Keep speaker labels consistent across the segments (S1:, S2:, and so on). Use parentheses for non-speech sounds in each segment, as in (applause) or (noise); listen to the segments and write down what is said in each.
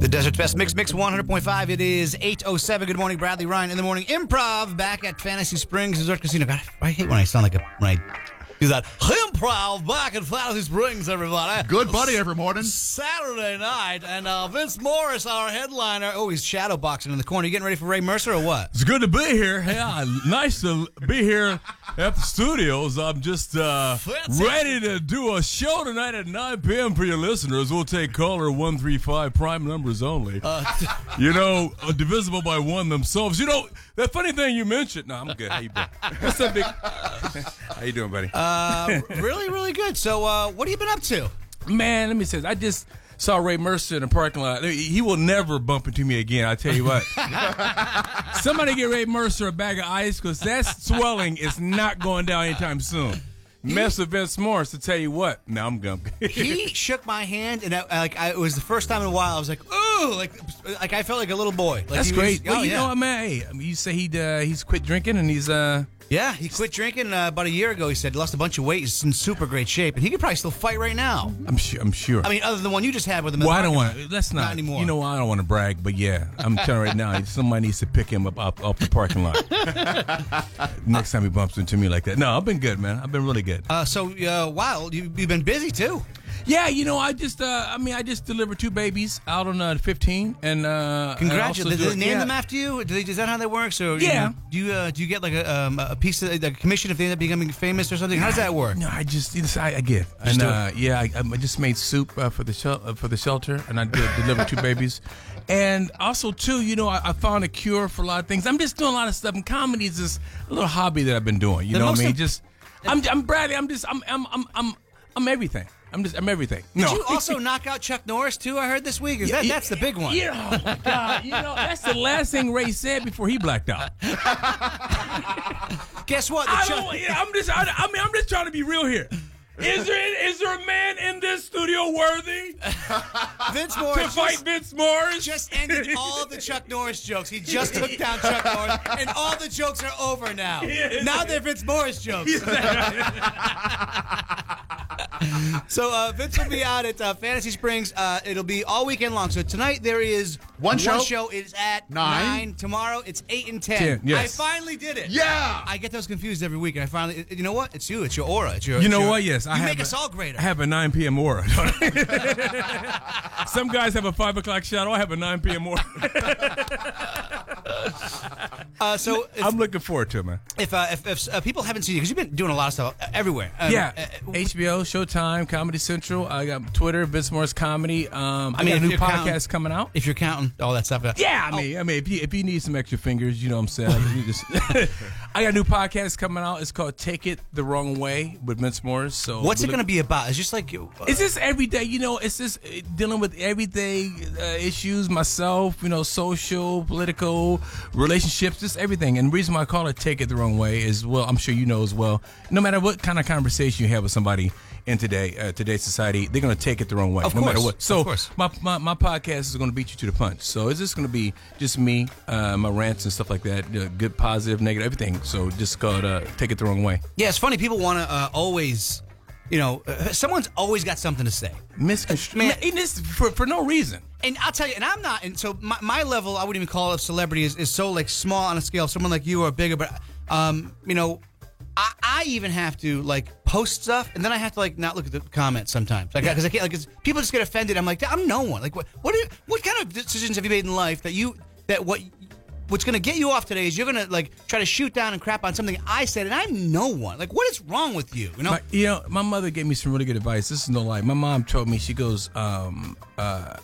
S1: The Desert Fest Mix Mix 100.5. It is 8.07. Good morning, Bradley Ryan in the morning. Improv back at Fantasy Springs Resort Casino. God, I hate when I sound like a when I do that. Improv back at Fantasy Springs, everybody.
S2: Good buddy every morning.
S1: Saturday night, and uh, Vince Morris, our headliner. Oh, he's shadow boxing in the corner. You getting ready for Ray Mercer or what?
S3: It's good to be here. Yeah, nice to be here at the studios. I'm just uh, ready to do a show tonight at 9 p.m. for your listeners. We'll take caller 135, prime numbers only. (laughs) you know, uh, divisible by one themselves. You know, that funny thing you mentioned. No, I'm good. How you doing? (laughs) What's that big? How you doing, buddy? (laughs)
S1: Uh, really, really good. So, uh, what have you been up to?
S3: Man, let me say, this. I just saw Ray Mercer in the parking lot. He will never bump into me again. I tell you what. Somebody get Ray Mercer a bag of ice because that swelling is not going down anytime soon. Mess with Vince Morris to tell you what. Now I'm gum. (laughs)
S1: He shook my hand, and I, like I, it was the first time in a while, I was like, "Ooh!" Like, like I felt like a little boy. Like
S3: That's
S1: he
S3: great.
S1: Was,
S3: well,
S1: oh,
S3: you
S1: yeah.
S3: know what, man? Hey, I mean, you say he uh, he's quit drinking and he's uh
S1: Yeah, he quit drinking uh, about a year ago. He said he lost a bunch of weight. He's in super great shape, and he could probably still fight right now.
S3: I'm sure I'm sure.
S1: I mean, other than the one you just had with him. in
S3: well,
S1: the
S3: I don't want
S1: parking
S3: to.
S1: lot.
S3: Let's not,
S1: Not anymore.
S3: You know, I don't want to brag, but yeah, I'm telling you right now, (laughs) somebody needs to pick him up off, off the parking lot
S1: (laughs)
S3: next time he bumps into me like that. No, I've been good, man. I've been really good.
S1: Uh, so, uh, wow, you, you've been busy too.
S3: Yeah, you know, I just, uh, I mean, I just delivered two babies out on uh, 15, and uh, and also
S1: Congratulations! Did they
S3: do-
S1: name
S3: yeah.
S1: them after you? Do they, is that how that works? Or you
S3: Yeah.
S1: know, do you uh, do you get like a, um, a piece of like a commission if they end up becoming famous or something? How does that work?
S3: No, I just, it's, I, I give, and
S1: do it.
S3: uh, yeah, I, I just made soup uh, for the shel- uh, for the shelter, and I did deliver two babies, and also too, you know, I, I found a cure for a lot of things. I'm just doing a lot of stuff, and comedy is just a little hobby that I've been doing. You
S1: The
S3: know what
S1: most
S3: I mean?
S1: im-
S3: Just, I'm, I'm Bradley. I'm just, I'm, I'm, I'm, I'm, I'm everything. I'm just, I'm everything.
S1: Did
S3: no. (laughs)
S1: you also knock out Chuck Norris too? I heard this week. Is that,
S3: Yeah,
S1: that's the big one.
S3: Yeah, oh my God. You know, that's the last thing Ray said before he
S1: (laughs)
S3: blacked out.
S1: Guess what? The
S3: I
S1: Chuck-
S3: don't, I'm just, I, I mean, I'm just trying to be real here. Is there, is there a man in this studio worthy
S1: Vince
S3: to
S1: Morris
S3: fight
S1: just,
S3: Vince Morris?
S1: just ended all the Chuck Norris jokes. He just took down Chuck Norris, and all the jokes are over now.
S3: Yes.
S1: Now they're Vince Morris
S3: (laughs)
S1: jokes. So uh, Vince will be out at uh, Fantasy Springs. Uh, it'll be all weekend long. So tonight there is
S2: One show.
S1: It is at
S2: Nine.
S1: Tomorrow it's eight and ten.
S3: Ten, yes.
S1: I finally did it.
S2: Yeah.
S1: I get those confused every week, and I finally. You know what? It's you. It's your aura. It's your.
S3: You
S1: it's
S3: know
S1: your-
S3: what? Yes,
S1: you
S3: I have.
S1: make
S3: a-
S1: us all greater.
S3: I have a 9 p.m. aura. (laughs) Some guys have a five o'clock shadow. I have a 9 p.m. aura.
S1: uh, so if
S3: (laughs) I'm looking forward to it, man.
S1: if, uh, if, if uh, people haven't seen you, because you've been doing a lot of stuff uh, everywhere. Um,
S3: Yeah,
S1: uh,
S3: HBO, Showtime, Comedy Central. I got Twitter, Vince Morris Comedy. Um, I
S1: mean,
S3: got a
S1: if
S3: new
S1: you're
S3: podcast
S1: counting-
S3: coming out. Oh.
S1: if you're counting all that stuff. uh,
S3: Yeah, I mean, I mean, if you if you need some extra fingers, you know what I'm saying. You just- (laughs) I got a new podcast coming out. It's called "Take It the Wrong Way" with Vince Morris. So
S1: What's it
S3: we
S1: going to
S3: look-
S1: be about? It's just like you. Uh,
S3: It's just everyday, you know. It's just uh, dealing with everyday uh, issues, myself, you know, social, political, relationships, just everything. And the reason why I call it "Take It the Wrong Way" is, well, I'm sure you know as well. No matter what kind of conversation you have with somebody in today uh, today's society, they're going to take it the wrong way,
S1: Of
S3: no matter
S1: course,
S3: what. So
S1: of course.
S3: my, my, my podcast is going to beat you to the punch. So it's just going to be just me, uh, my rants and stuff like that. Uh, good, positive, negative, everything. So just called uh, "Take It the Wrong Way."
S1: yeah, it's funny. People want to uh, always, you know, uh, someone's always got something to say.
S3: Misconstrued,
S1: Man.
S3: and this for for no reason.
S1: And I'll tell you, and I'm not, and so my, my level, I wouldn't even call of celebrity is, is so like small on a scale of someone like you or bigger, but, um, you know, I, I even have to like post stuff and then I have to like not look at the comments sometimes. Like, cause I can't, like, 'cause people just get offended. I'm like, I'm no one. Like, what, what, are, what kind of decisions have you made in life that you, that what, what's gonna get you off today is you're gonna like try to shoot down and crap on something I said and I'm no one. Like, what is wrong with you? You know?
S3: My, you know, my mother gave me some really good advice. This is no lie. My mom told me, she goes, um, uh,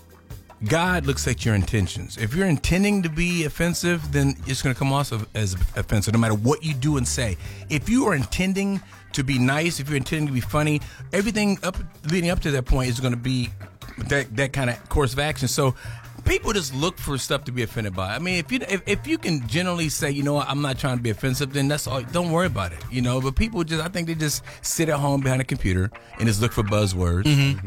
S3: God looks at your intentions. If you're intending to be offensive, then it's going to come off of- as offensive, no matter what you do and say. If you are intending to be nice, if you're intending to be funny, everything up leading up to that point is going to be that that kind of course of action. So. People just look for stuff to be offended by. I mean, if you if, if you can generally say, you know what, I'm not trying to be offensive, then that's all. Don't worry about it, you know. But people just, I think they just sit at home behind a computer and just look for buzzwords,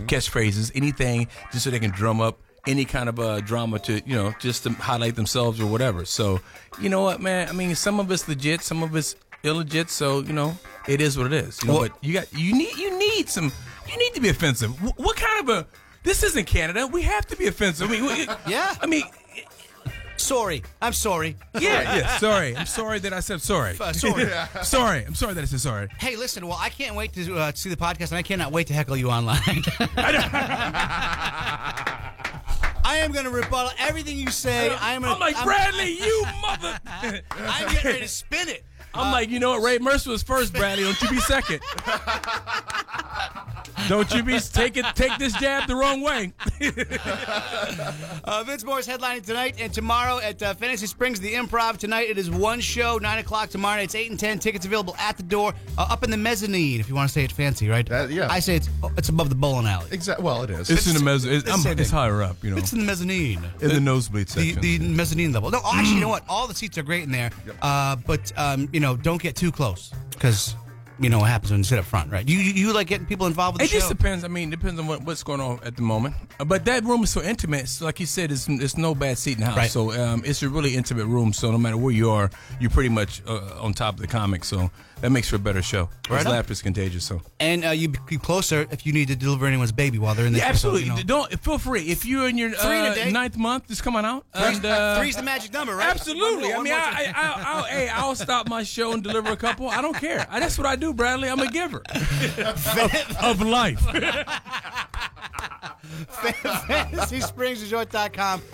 S3: catchphrases, anything, just so they can drum up any kind of uh, drama to you know just to highlight themselves or whatever. So you know what, man? I mean, some of it's legit, some of it's illegit. So you know, it is what it is. You know,
S1: Well-
S3: but you got you need you need some you need to be offensive. Wh- what kind of a This isn't Canada. We have to be offensive. I mean, (laughs) we,
S1: Yeah.
S3: I mean,
S1: Sorry, I'm sorry.
S3: yeah, yeah. Sorry, I'm sorry that I said sorry.
S1: Uh, sorry.
S3: (laughs) sorry, I'm sorry that I said sorry.
S1: hey, listen. Well, I can't wait to uh, see the podcast, and I cannot wait to heckle you online. (laughs) I am going to rebuttal everything you say. I am. Gonna,
S3: I'm like
S1: I'm,
S3: Bradley, you mother.
S1: (laughs)
S3: (laughs)
S1: I'm getting ready to spin it.
S3: I'm like, you know what? Ray Mercer was first, Bradley. Don't you be second. (laughs) Don't you be take it, take this jab the wrong way.
S1: Uh, Vince Moore's headlining tonight and tomorrow at uh, Fantasy Springs, the Improv. Tonight it is one show, nine o'clock tomorrow. night. It's eight and ten. Tickets available at the door, uh, up in the mezzanine. If you want to say it fancy, right?
S2: That- Uh, yeah.
S1: I say it's oh, it's above the bowling alley.
S2: Exactly. Well, it is.
S3: It's in the mezzanine. It's, I'm-
S1: sitting.
S3: it's higher up, you know,
S1: It's in the mezzanine.
S3: in the nosebleed
S1: The,
S3: section.
S1: the mezzanine level. No, actually, you know what? All the seats are great in there, uh, but um, you know, don't get too close because you know what happens when you sit up front, right? You you, you like getting people involved
S3: it
S1: with the
S3: just
S1: show.
S3: depends. I mean, it depends on what, what's going on at the moment. Uh, But that room is so intimate. So like you said, it's, it's no bad seat in the house.
S1: Right.
S3: So um, it's a really intimate room. So no matter where you are, you're pretty much uh, on top of the comics. So that makes for a better show.
S1: Right
S3: Right
S1: on.
S3: laughter's contagious. So
S1: and uh, you be closer if you need to deliver anyone's baby while they're in the
S3: Yeah, absolutely. Don't feel free if you're in your
S1: Three in a
S3: uh,
S1: day.
S3: ninth month. Just come on out.
S1: Three's,
S3: And, uh,
S1: three's the magic number, right?
S3: Absolutely. I
S1: One
S3: mean,
S1: more- one
S3: I, I, I, I'll, hey, I'll stop my show and deliver a couple. I don't care. I, that's what I do, Bradley. I'm a giver (laughs) of, of life.
S1: fantasySpringsResort.com.